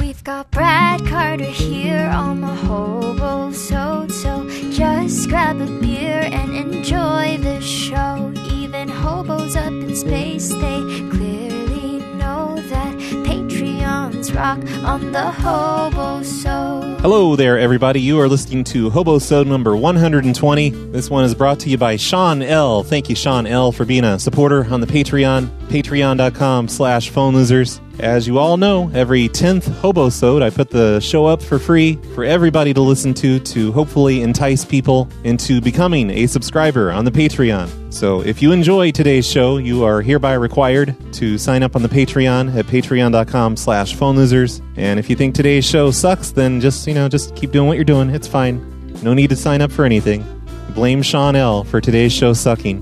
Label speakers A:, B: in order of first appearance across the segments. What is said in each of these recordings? A: We've got Brad Carter here on the Hobo Sode, so just grab a beer and enjoy the show. Even hobos up in space, they clearly know that Patreons rock on the Hobo Sode.
B: Hello there, everybody. You are listening to Hobo Sode number 120. This one is brought to you by Sean L. Thank you, Sean L, for being a supporter on the Patreon, patreon.com slash phone losers. As you all know, every 10th Hobo Sode, I put the show up for free for everybody to listen to to hopefully entice people into becoming a subscriber on the Patreon. So if you enjoy today's show, you are hereby required to sign up on the Patreon at patreon.com slash phone losers. And if you think today's show sucks, then just, you know, just keep doing what you're doing. It's fine. No need to sign up for anything. Blame Sean L. for today's show sucking.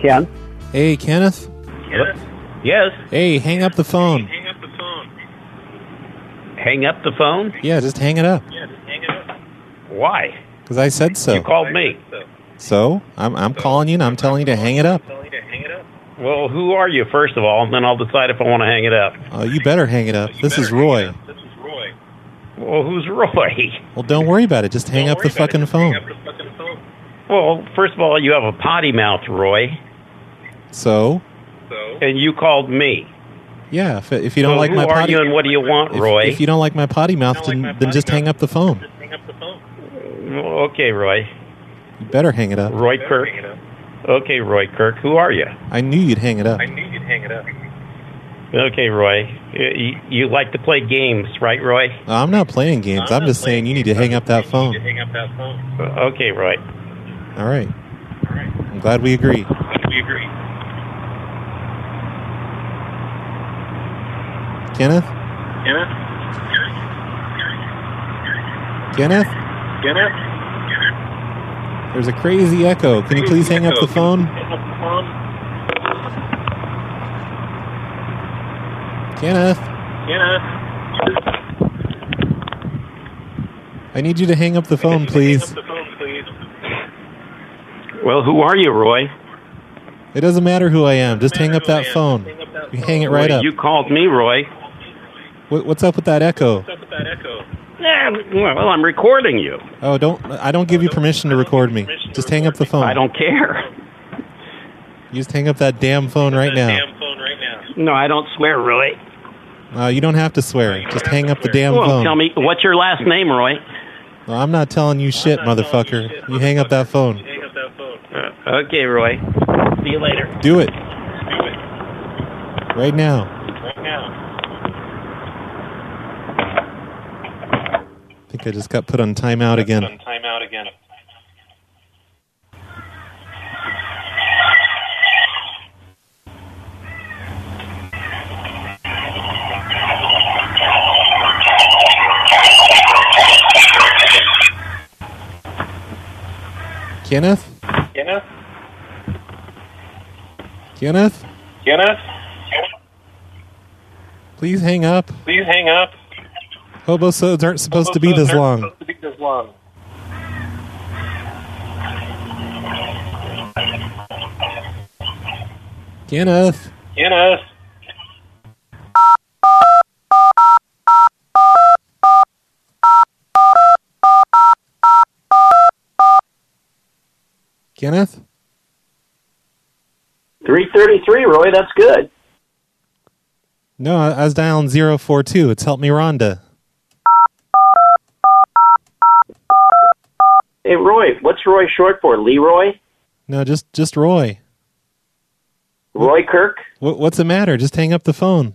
C: Ken?
B: Hey, Kenneth.
C: Yes. Yes.
B: Hey, hang up the phone.
C: Hang up the phone. Hang up the phone?
B: Yeah, just hang it up.
C: Yes. Hang it up. Why?
B: Because I said so.
C: You called me.
B: So I'm, I'm calling you and I'm telling you to hang it up.
C: Well, who are you, first of all? And then I'll decide if I want to hang it up.
B: Uh, you better hang it up. This is Roy.
C: Well, who's Roy?
B: Well, don't worry about it. Just hang up the fucking phone.
C: Well, first of all, you have a potty mouth, Roy,
B: So,
C: and you called me.
B: yeah, if, if you don't
C: Well,
B: like
C: who
B: my
C: are
B: potty,
C: you and what do you want,
B: if,
C: Roy?
B: if you don't like my potty mouth, then, then just hang up the phone.
C: Well, okay, Roy.
B: You better hang it up.
C: Roy Kirk. Okay, Roy Kirk. Who are you?
B: I knew you'd hang it up.
C: knew you'd hang it up. Okay, Roy. Y- y- You like to play games, right, Roy?
B: I'm not playing games. I'm just saying you need to hang up that phone.
C: hang up that phone. Okay, Roy.
B: All right. I'm glad we agree.
C: We agree.
B: Kenneth?
C: Kenneth?
B: Kenneth?
C: Kenneth?
B: There's a crazy echo. Can you please hang up the phone? Kenneth? I need you to hang up the phone, please.
C: Well, who are you, Roy?
B: It doesn't matter who I am. Just hang up that phone. You hang it right
C: Roy,
B: up.
C: You called me, Roy.
B: Wh- What's up with that echo?
C: Yeah, well, I'm recording you.
B: Oh, don't! I don't give you permission to record me. Just hang up the phone.
C: I don't care.
B: You just hang up that damn phone right now.
C: No, I don't swear, Roy.
B: Uh, you don't have to swear. Just hang up the damn
C: Well,
B: phone.
C: tell me, what's your last name, Roy?
B: No, I'm not telling you shit, motherfucker. You hang up that phone.
C: Uh, okay, Roy. See you later.
B: Do it. Right now. I think I just got put on timeout again.
C: Time out again.
B: Kenneth?
C: Kenneth?
B: Kenneth?
C: Kenneth?
B: Please hang up.
C: Please hang up.
B: Hobo sods aren't supposed to be this long. Kenneth?
C: Kenneth?
B: Kenneth?
D: 333, Roy. That's good.
B: No, I I was dialing 042. It's Help Me Rhonda.
D: Hey, Roy, what's Roy short for? Leroy?
B: No, just just Roy.
D: Roy Kirk?
B: What, what's the matter? Just hang up the phone.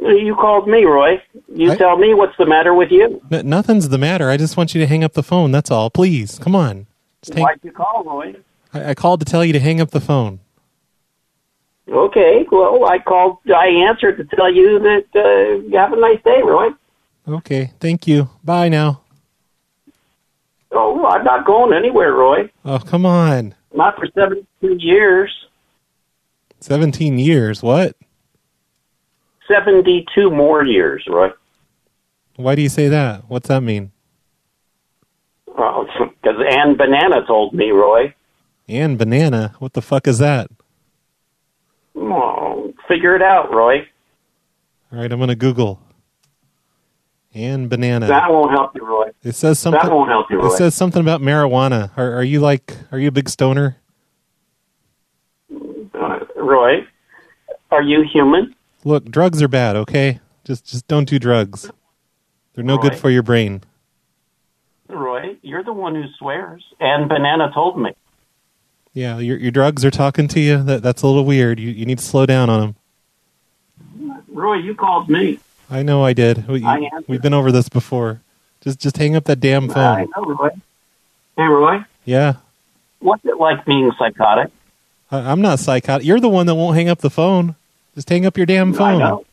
D: You called me, Roy. You
B: I-
D: tell me what's the matter with you.
B: N- nothing's the matter. I just want you to hang up the phone. That's all. Please, come on. Just hang-
D: Why'd you call, Roy?
B: I-, I called to tell you to hang up the phone.
D: Okay, well, I called, I answered to tell you that uh, you have a nice day, Roy.
B: Okay, thank you. Bye now.
D: Oh, I'm not going anywhere, Roy.
B: Oh, come on.
D: Not for 72 years.
B: 17 years. What?
D: 72 more years, Roy.
B: Why do you say that? What's that mean?
D: Because Ann Banana told me, Roy.
B: And banana. What the fuck is that?
D: Oh, figure it out, Roy.
B: All right, I'm going to Google. And banana.
D: That won't help you, Roy.
B: It says something.
D: That won't help you,
B: It
D: Roy.
B: says something about marijuana. Are, are you like? Are you a big stoner?
D: Uh, Roy, are you human?
B: Look, drugs are bad. Okay, just just don't do drugs. They're no good
D: Right.
B: for your brain.
D: Roy, you're the one who swears. And Banana told me.
B: Yeah, your your drugs are talking to you. That that's a little weird. You you need to slow down on them.
D: Roy, you called me.
B: I know I did. We,
D: I answered.
B: we've been over this before. Just just hang up that damn phone.
D: I know, Roy. Hey, Roy,
B: Yeah,
D: what's it like being psychotic?
B: I, I'm not psychotic. You're the one that won't hang up the phone. Just hang up your damn phone.
D: I know.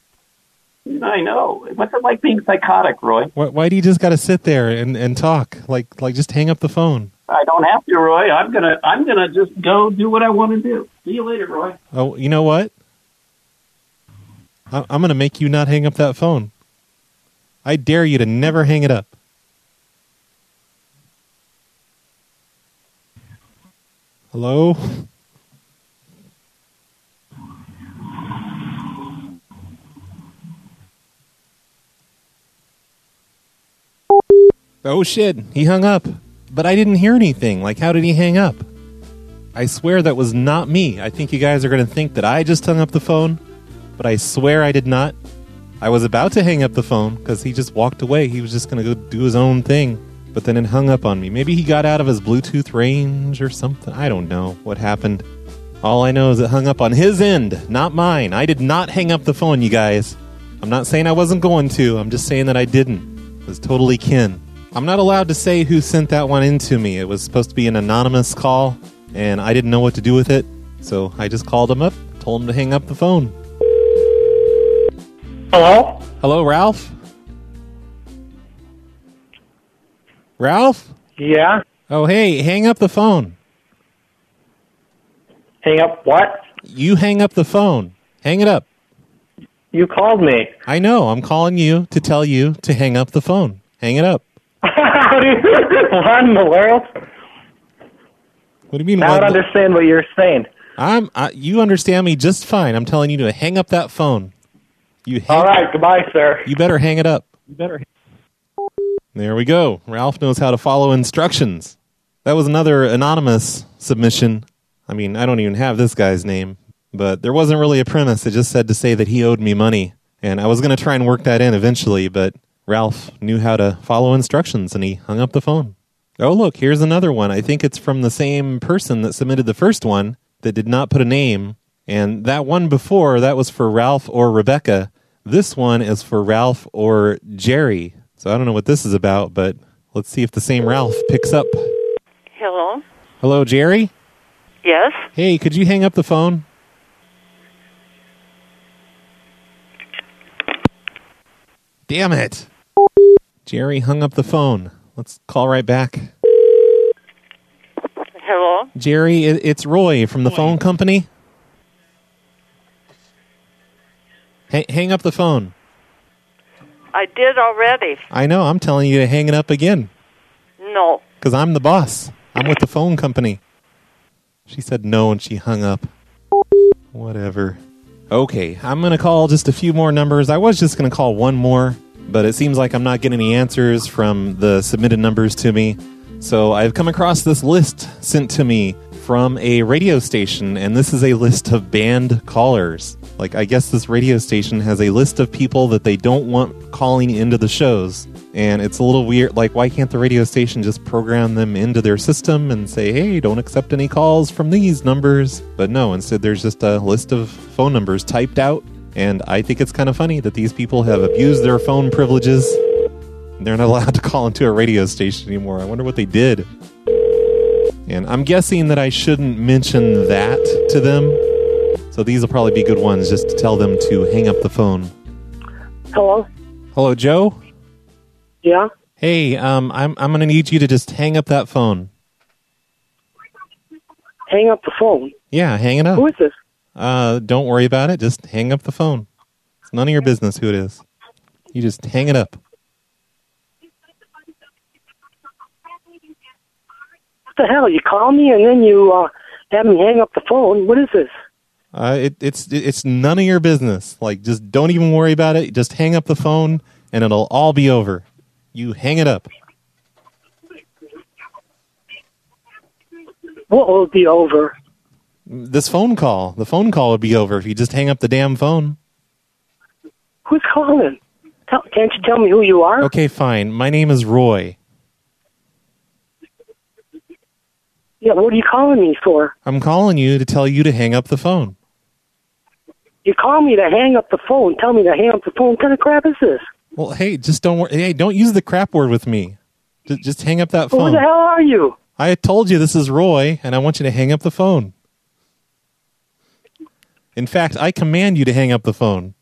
D: I know. What's it like being psychotic, Roy?
B: Why, why do you just got to sit there and, and talk? Like like just hang up the phone.
D: I don't have to, Roy. I'm gonna. I'm gonna just go do what I want to do. See you later, Roy.
B: Oh, you know what? I, I'm going to make you not hang up that phone. I dare you to never hang it up. Hello? Oh shit, he hung up. But I didn't hear anything. Like, how did he hang up? I swear that was not me. I think you guys are going to think that I just hung up the phone, but I swear I did not. I was about to hang up the phone because he just walked away. He was just going to go do his own thing, but then it hung up on me. Maybe he got out of his Bluetooth range or something. I don't know what happened. All I know is it hung up on his end, not mine. I did not hang up the phone, you guys. I'm not saying I wasn't going to, I'm just saying that I didn't. It was totally Ken. I'm not allowed to say who sent that one in to me. It was supposed to be an anonymous call, and I didn't know what to do with it, so I just called him up, told him to hang up the phone.
E: Hello?
B: Hello, Ralph? Ralph?
E: Yeah?
B: Oh, hey, hang up the phone.
E: Hang up what?
B: You hang up the phone. Hang it up.
E: You called me.
B: I know. I'm calling you to tell you to hang up the phone. Hang it up.
E: How do you- what in the world?
B: What do you mean?
E: I
B: what
E: don't
B: the-
E: understand what you're saying.
B: I'm. I, you understand me just fine. I'm telling you to hang up that phone. You hang,
E: All right, goodbye, sir.
B: You better hang it up. You better. There we go. Ralph knows how to follow instructions. That was another anonymous submission. I mean, I don't even have this guy's name, but there wasn't really a premise. It just said to say that he owed me money. And I was going to try and work that in eventually, but Ralph knew how to follow instructions and he hung up the phone. Oh, look, here's another one. I think it's from the same person that submitted the first one that did not put a name. And that one before, that was for Ralph or Rebecca. This one is for Ralph or Jerry. So I don't know what this is about, but let's see if the same Ralph picks up.
F: Hello.
B: Hello, Jerry?
F: Yes.
B: Hey, could you hang up the phone? Damn it. Jerry hung up the phone. Let's call right back.
F: Hello.
B: Jerry, it, it's Roy from the phone company. Ha- hang up the phone.
F: I did already.
B: I know, I'm telling you to hang it up again
F: No.
B: because I'm the boss. I'm with the phone company. She said no and she hung up. Whatever. Okay, I'm going to call just a few more numbers. I was just going to call one more, but it seems like I'm not getting any answers from the submitted numbers to me. So I've come across this list sent to me from a radio station, and this is a list of banned callers. Like, I guess this radio station has a list of people that they don't want calling into the shows. And it's a little weird. Like, why can't the radio station just program them into their system and say, hey, don't accept any calls from these numbers? But no, instead, there's just a list of phone numbers typed out. And I think it's kind of funny that these people have abused their phone privileges. They're not allowed to call into a radio station anymore. I wonder what they did. And I'm guessing that I shouldn't mention that to them. So these will probably be good ones just to tell them to hang up the phone.
E: Hello?
B: Hello, Joe?
E: Yeah?
B: Hey, um, I'm, I'm going to need you to just hang up that phone.
E: Hang up the phone.
B: Yeah, hang it up.
E: is this?
B: Uh, don't worry about it. Just hang up the phone. It's none of your business who it is. You just hang it up.
E: What the hell? You call me and then you uh, have me hang up the phone? What is this?
B: Uh, it, it's it's none of your business. Like, just don't even worry about it. Just hang up the phone, and it'll all be over. You hang it up.
E: What will be over?
B: This phone call, the phone call would be over if you just hang up the damn phone.
E: Who's calling? Tell, can't you tell me who you
G: Oh.
E: are?
B: Okay, fine. My name is Roy.
E: Yeah, what are you calling me for?
B: I'm calling you to tell you to hang up the phone.
E: You call me to hang up the phone. Tell me to hang up the phone. What kind of crap is this?
B: Well, hey, just don't worry. Hey, don't use the crap word with me. Just, just hang up that
E: Who
B: phone.
E: the hell are you?
B: I told you this is Roy, and I want you to hang up the phone. In fact, I command you to hang up the phone.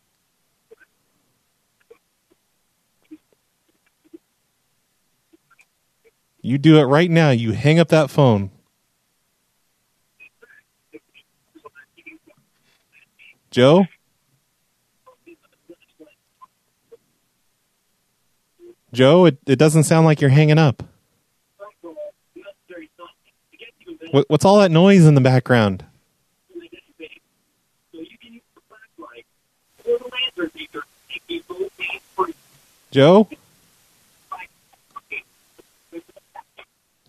B: You do it right now. You hang up that phone. Joe? Joe, it, it doesn't sound like you're hanging up. What, what's all that noise in the background? Joe?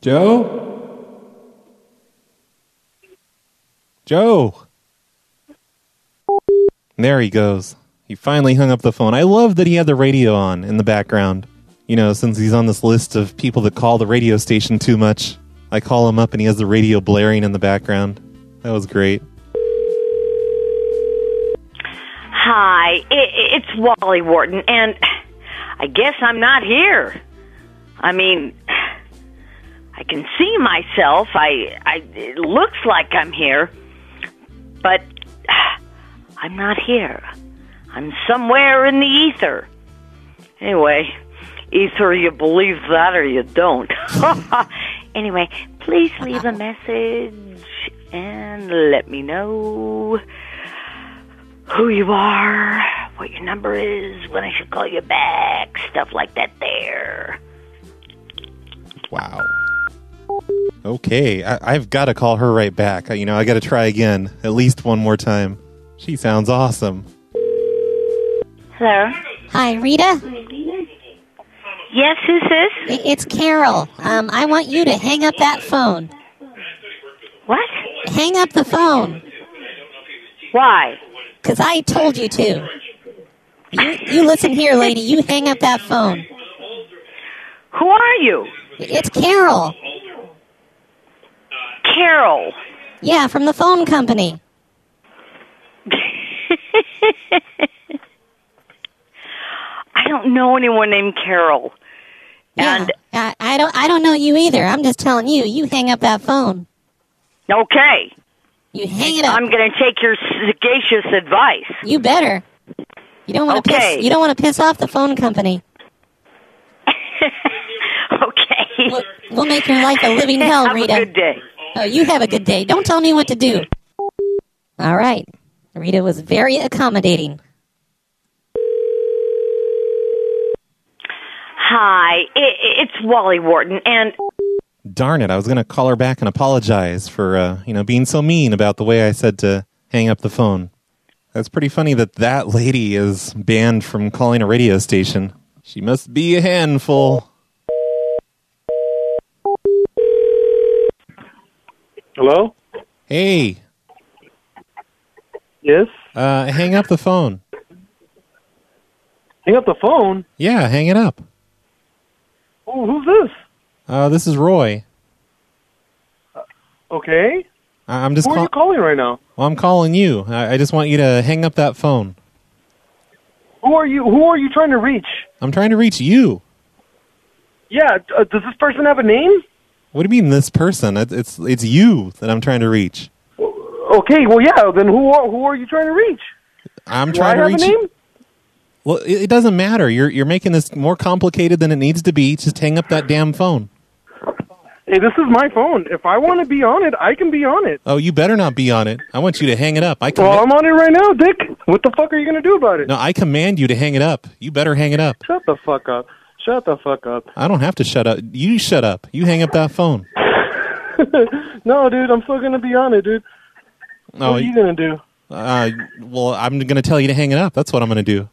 B: Joe? Joe! There he goes. He finally hung up the phone. I love that he had the radio on in the background. You know, since he's on this list of people that call the radio station too much, I call him up and he has the radio blaring in the background. That was great.
H: Hi, i- i it's Wally Wharton, and I guess I'm not here. I mean, I can see myself. I, I, it looks like I'm here, but I'm not here. I'm somewhere in the ether. Anyway, either you believe that or you don't. anyway, please leave a message and let me know who you are, what your number is, when I should call you back, stuff like that there.
B: Wow. Okay, I, I've got to call her right back. You know, I got to try again at least one more time. She sounds awesome.
H: Hello?
I: Hi, Rita.
H: Yes, who's this?
I: I- It's Carol. Um, I want you to hang up that phone.
H: What?
I: Hang up the phone,
H: Why?
I: 'cause I told you to. You, you listen here, lady. You hang up that phone.
H: Who are you?
I: It's Carol.
H: Carol.
I: Yeah, from the phone company.
H: I don't know anyone named Carol.
I: Yeah.
H: And
I: I, I don't. I don't know you either. I'm just telling you. You hang up that phone.
H: okay,
I: You hang it up.
H: I'm going to take your sagacious advice.
I: You better. You don't want to
H: Okay.
I: piss. You don't want to piss off the phone company.
H: Okay.
I: We'll, we'll make your life a living hell,
H: Have
I: Rita.
H: a good day.
I: Oh, you have a good day. Don't tell me what to do. All right. Rita was very accommodating.
H: Hi, i- i it's Wally Wharton, and
B: Darn it, I was going to call her back and apologize for, uh, you know, being so mean about the way I said to hang up the phone. That's pretty funny that that lady is banned from calling a radio station. She must be a handful.
E: Hello?
B: Hey,
E: Yes?
B: uh, hang up the phone.
E: Hang up the phone?
B: Yeah, hang it up.
E: Oh, who's this?
B: Uh, this is Roy.
E: Okay.
B: I- I'm just
E: Who are
B: call-
E: you calling right now?
B: well, I'm calling you. I-, I just want you to hang up that phone.
E: Who are you Who are you trying to reach?
B: I'm trying to reach you.
E: Yeah, uh, does this person have a name?
B: What do you mean, this person? It's it's, it's you that I'm trying to reach.
E: Okay, well, yeah, then who are, who are you trying to reach?
B: I'm
E: Do I
B: trying to
E: have
B: reach.
E: a
B: you-
E: name?
B: Well, it, it doesn't matter. You're you're making this more complicated than it needs to be. Just hang up that damn phone.
E: Hey, this is my phone. If I want to be on it, I can be on it.
B: Oh, you better not be on it. I want you to hang it up. I
E: Well,
B: com-
E: I'm on it right now, Dick. What the fuck are you going to do about it?
B: no, I command you to hang it up. You better hang it up.
E: Shut the fuck up. Shut the fuck up.
B: I don't have to shut up. You shut up. You hang up that phone.
E: no, dude, I'm still going to be on it, dude.
B: Oh,
E: what are you
B: you,
E: going to do?
B: Oh, Uh, well, I'm going to tell you to hang it up. That's what I'm going to do.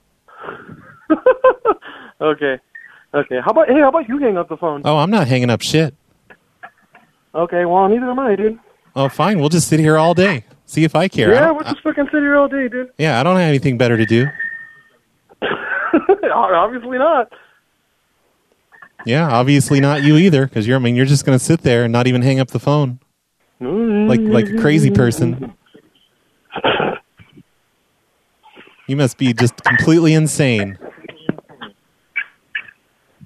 J: Okay. Okay. How about hey? How about you hang up the phone?
B: Oh, I'm not hanging up shit.
J: Okay. Well, neither am I, dude.
B: Oh, fine. We'll just sit here all day. See if I care. I
J: yeah.
B: don't-
J: We'll just fucking sit here all day, dude.
B: yeah, I don't have anything better to do.
J: Obviously not.
B: Yeah, obviously not you either, because you're. I mean, you're just going to sit there and not even hang up the phone, like like a crazy person. You must be just completely insane.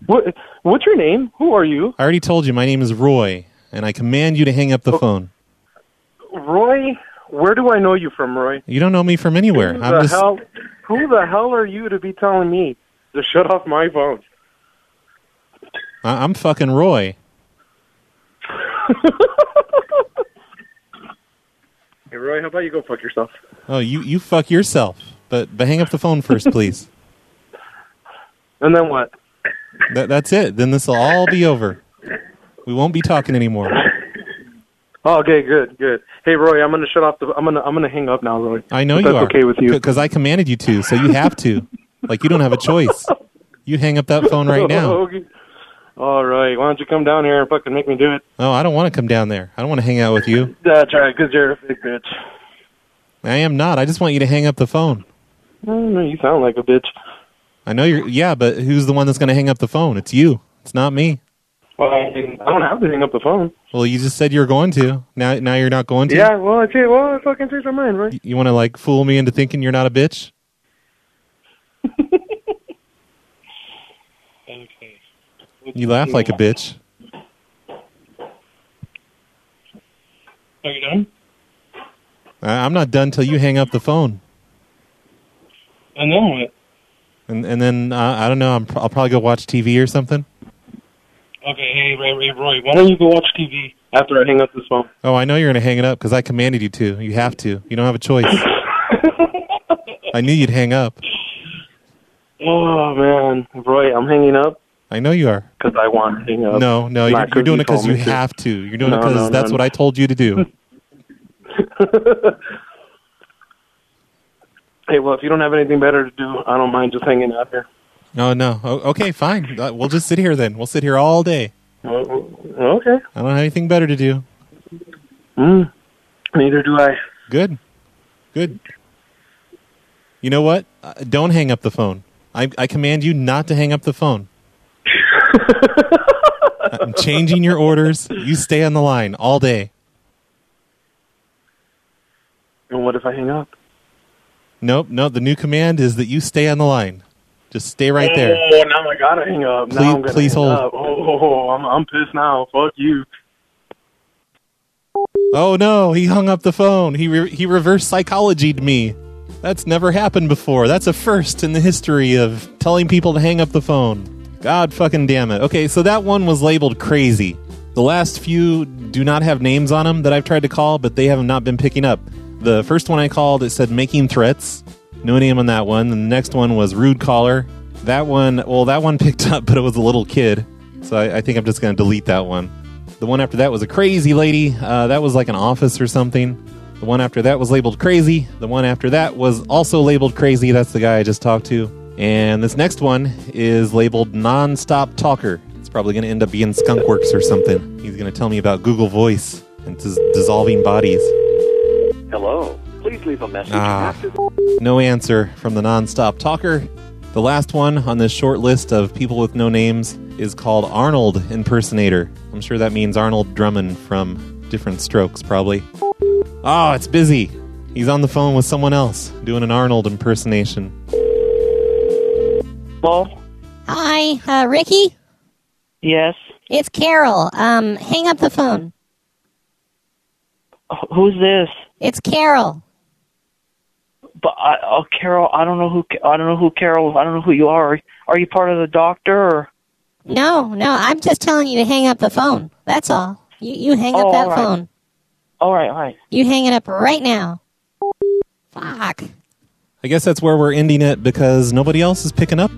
J: What? What's your name? Who are you?
B: I already told you my name is Roy, and I command you to hang up the phone.
J: Roy, where do I know you from, Roy?
B: You don't know me from anywhere.
J: Who
B: I'm
J: the
B: just.
J: hell? Who the hell are you to be telling me to shut off my phone?
B: I- I'm fucking Roy.
J: Hey, Roy, how about you go fuck yourself?
B: Oh, you you fuck yourself. But but hang up the phone first, please.
J: And then what?
B: That that's it. Then this will all be over. We won't be talking anymore.
J: Oh, okay, good, good. Hey, Roy, I'm gonna shut off the. I'm gonna. I'm gonna hang up now, Roy.
B: I know
J: If
B: you
J: that's
B: are.
J: okay with you.
B: Because I commanded you to, so you have to. like you don't have a choice. You hang up that phone right now.
J: Oh, Okay. All right. Why don't you come down here and fucking make me do it?
B: Oh, I don't want to come down there. I don't want to hang out with you.
J: That's right, because you're a big bitch.
B: I am not. I just want you to hang up the phone.
J: No, no, you sound like a bitch.
B: I know you're. Yeah, but who's the one that's going to hang up the phone? It's you. It's not me.
J: Well, I mean, I don't have to hang up the phone.
B: Well, you just said you were going to. Now, now you're not going to.
J: Yeah, well, I changed, well, I fucking changed my mind, right?
B: You want to like fool me into thinking you're not a bitch? You laugh like a bitch.
J: Are you done?
B: I, I'm not done till you hang up the phone,
J: And then what?
B: and and then uh, I don't know. I'm, pr- I'll probably go watch TV or something.
J: Okay, hey, Ray, Ray, Roy, why don't you go watch TV after I hang up this phone?
B: Oh, I know you're gonna hang it up because I commanded you to. You have to. You don't have a choice. I knew you'd hang up.
J: Oh, man. Roy, I'm hanging up
B: I know you are.
J: because I want to hang up.
B: No, no, you're,
J: Not
B: you're doing it because
J: told
B: you
J: me to.
B: have to. You're doing it
J: No,
B: because
J: no,
B: that's
J: no.
B: what I told you to do.
J: Hey, well, if you don't have anything better to do, I don't mind just hanging out here.
B: No, Oh, no. O- okay, fine. Uh, We'll just sit here then. We'll sit here all day.
J: Well, Oh, Okay.
B: I don't have anything better to do.
J: Mm. Neither do I.
B: Good. Good. You know what? Uh, don't hang up the phone. I, I command you not to hang up the phone. I'm changing your orders. You stay on the line all day.
J: And what if I hang up?
B: Nope, no. The new command is that you stay on the line. Just stay right there.
J: Oh, now I gotta hang up.
B: Please-
J: now I'm gonna
B: please
J: hang
B: hold.
J: Up. Oh, oh, oh, I'm, I'm pissed now. Fuck you.
B: Oh no, he hung up the phone. He re- he reverse psychologied me. That's never happened before. That's a first in the history of telling people to hang up the phone. God fucking damn it. Okay, so that one was labeled crazy. The last few do not have names on them that I've tried to call, but they have not been picking up. The first one I called, it said making threats. No name on that one. The next one was rude caller. That one, well, that one picked up, but it was a little kid. So I, I think I'm just going to delete that one. The one after that was a crazy lady. Uh, that was like an office or something. The one after that was labeled crazy. The one after that was also labeled crazy. That's the guy I just talked to. And this next one is labeled nonstop talker. It's probably going to end up being Skunkworks or something. He's going to tell me about Google Voice and dis- dissolving bodies.
K: Hello. Please leave a message
B: Ah.
K: after
B: No answer from the nonstop talker. The last one on this short list of people with no names is called Arnold Impersonator. I'm sure that means Arnold Drummond from Different Strokes, probably. Oh, it's busy. He's on the phone with someone else doing an Arnold impersonation.
E: Hello?
I: Hi, uh, Ricky.
E: Yes.
I: It's Carol. Um, hang up the phone.
E: Who's this?
I: It's Carol.
E: But I, oh, Carol, I don't know who Ca- I don't know who Carol. I don't know who you are. Are you part of the doctor? Or?
I: No, no, I'm just telling you to hang up the phone. That's all. You you hang
E: Oh,
I: up that
E: all right.
I: phone.
E: All right, all right.
I: You hang it up right now. Fuck.
B: I guess that's where we're ending it because nobody else is picking up.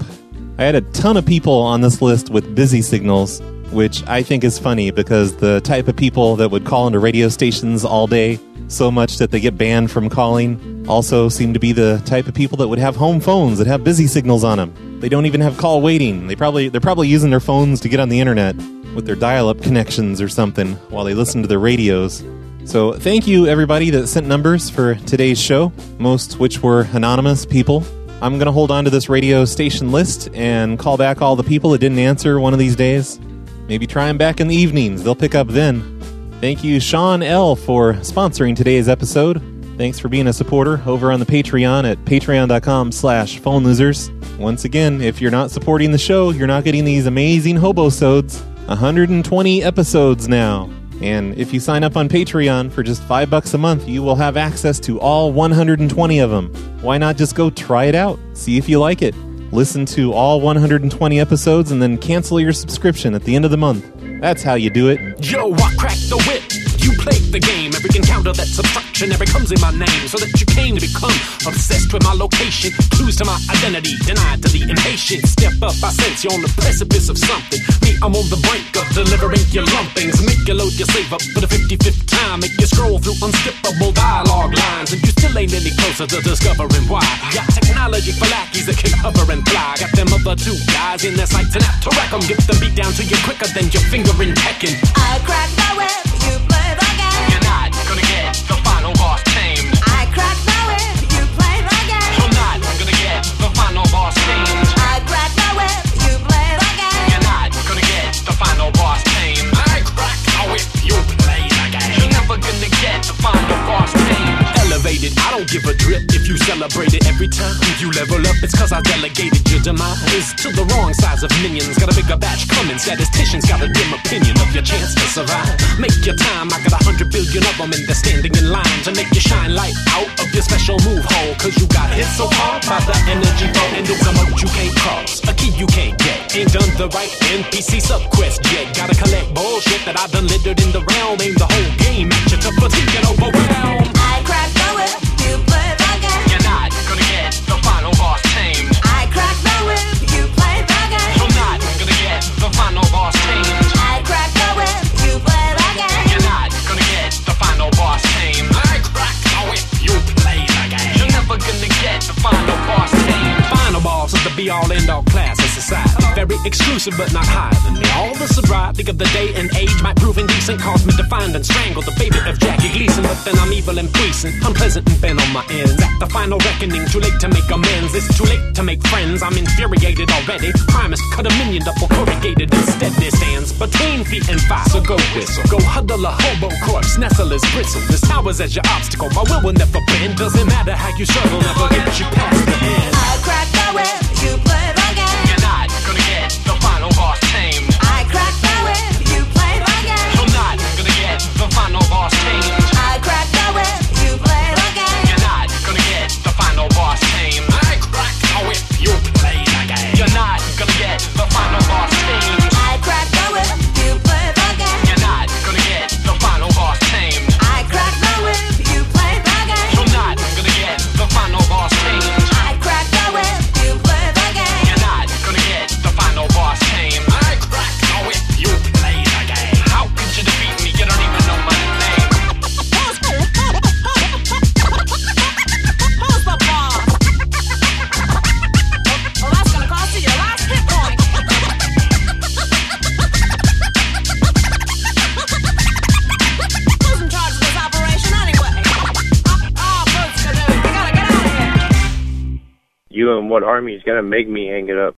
B: I had a ton of people on this list with busy signals, which I think is funny because the type of people that would call into radio stations all day so much that they get banned from calling also seem to be the type of people that would have home phones that have busy signals on them. They don't even have call waiting. They probably they're probably using their phones to get on the internet with their dial-up connections or something while they listen to their radios. So thank you everybody that sent numbers for today's show, most which were anonymous people. I'm going to hold on to this radio station list and call back all the people that didn't answer one of these days. Maybe try them back in the evenings. They'll pick up then. Thank you, Sean L., for sponsoring today's episode. Thanks for being a supporter over on the Patreon at patreon.com slash phone losers. Once again, if you're not supporting the show, you're not getting these amazing hobo-sodes. 120 episodes now. And if you sign up on Patreon for just five bucks a month, you will have access to all 120 of them. Why not just go try it out? See if you like it. Listen to all 120 episodes and then cancel your subscription at the end of the month. That's how you do it.
G: Yo, I cracked the whip. You played the game. Every encounter that's subtraction, every comes in my name. So that you came to become obsessed with my location. Clues to my identity, denied to the impatient. Step up, I sense you're on the precipice of something. Me, I'm on the brink of delivering your lumpings. Make you load your save up for the 55th time. Make you scroll through unskippable dialogue lines. And you still ain't any closer to discovering why. Got technology for lackeys that can hover and fly. Got them other two guys in their sights and apt to rack 'em. Get the beat down to you quicker than your finger in Tekken.
L: I crack the whip, you play the game.
G: You're not gonna get the final boss tamed.
L: I crack the whip, you play the game.
G: You're not gonna get the final boss tamed.
L: I crack the whip, you play the game.
G: You're not gonna get the final boss tamed. I crack how if you play the game. You're never gonna get the final boss tamed. Elevated, I don't give a drip if you celebrate it every time you level up. It's cause I delegated your demise to the wrong size of minions. Got a bigger batch coming, statisticians got a dim opinion of your chance to survive. Make your time, I got a hundred billion of them and they're standing in line to make you shine light out of your special move hole. Cause you got hit so hard by the energy ball and it's a moat you can't cross, a key you can't get. Ain't done the right NPC subquest yet. Gotta collect bullshit that I done littered in the realm. Aim the whole game at you to fatigue and overwhelm.
L: I crack the whip, you play the game.
G: You're not gonna get the final boss tamed.
L: I crack the whip, you play the game.
G: You're not gonna get the final boss tamed.
L: I crack the whip, you play the game.
G: You're not gonna get the final boss tamed. I crack how if you play the game. You're never gonna get the final boss tamed. Final boss is the be all end all class in society. Very exclusive but not higher than me. All the sobriety of the day and age might prove indecent. Cause me to find and strangle the baby of Jackie Gleason. But then I'm evil and puissant, unpleasant and bent on my ends. At the final reckoning, too late to make amends. It's too late to make friends. I'm infuriated already. Primus cut a minion double corrugated. Instead, there stands between feet and fire. So go whistle, go huddle a hobo corpse, nestle his bristle. This towers as your obstacle. My will will never bend. Doesn't matter how you struggle, never get you past the end.
L: I crack the whip, you play the game.
G: You're not gonna get the final boss tamed.
L: I crack the whip, you play the game.
G: You're not gonna get the final boss tamed.
L: I crack the whip, you play the game.
G: You're not gonna get the final boss tamed. I crack how if you play the game. You're not gonna get the final boss tamed.
L: I crack the whip, you play the game.
G: You're not gonna get the final boss tamed.
L: I crack the whip, you play the game.
G: You're not gonna get the final boss tamed.
L: I crack the whip, you play the game.
G: You're not gonna get the final boss tamed. I crack how if you play the game. How could you defeat me? You don't even know my name.
L: Who's the boss? Well, that's gonna cost you your last hit point. Who's in charge of this operation anyway? Oh, boots, you gotta get out of here.
M: You and what army is gonna make me hang it up?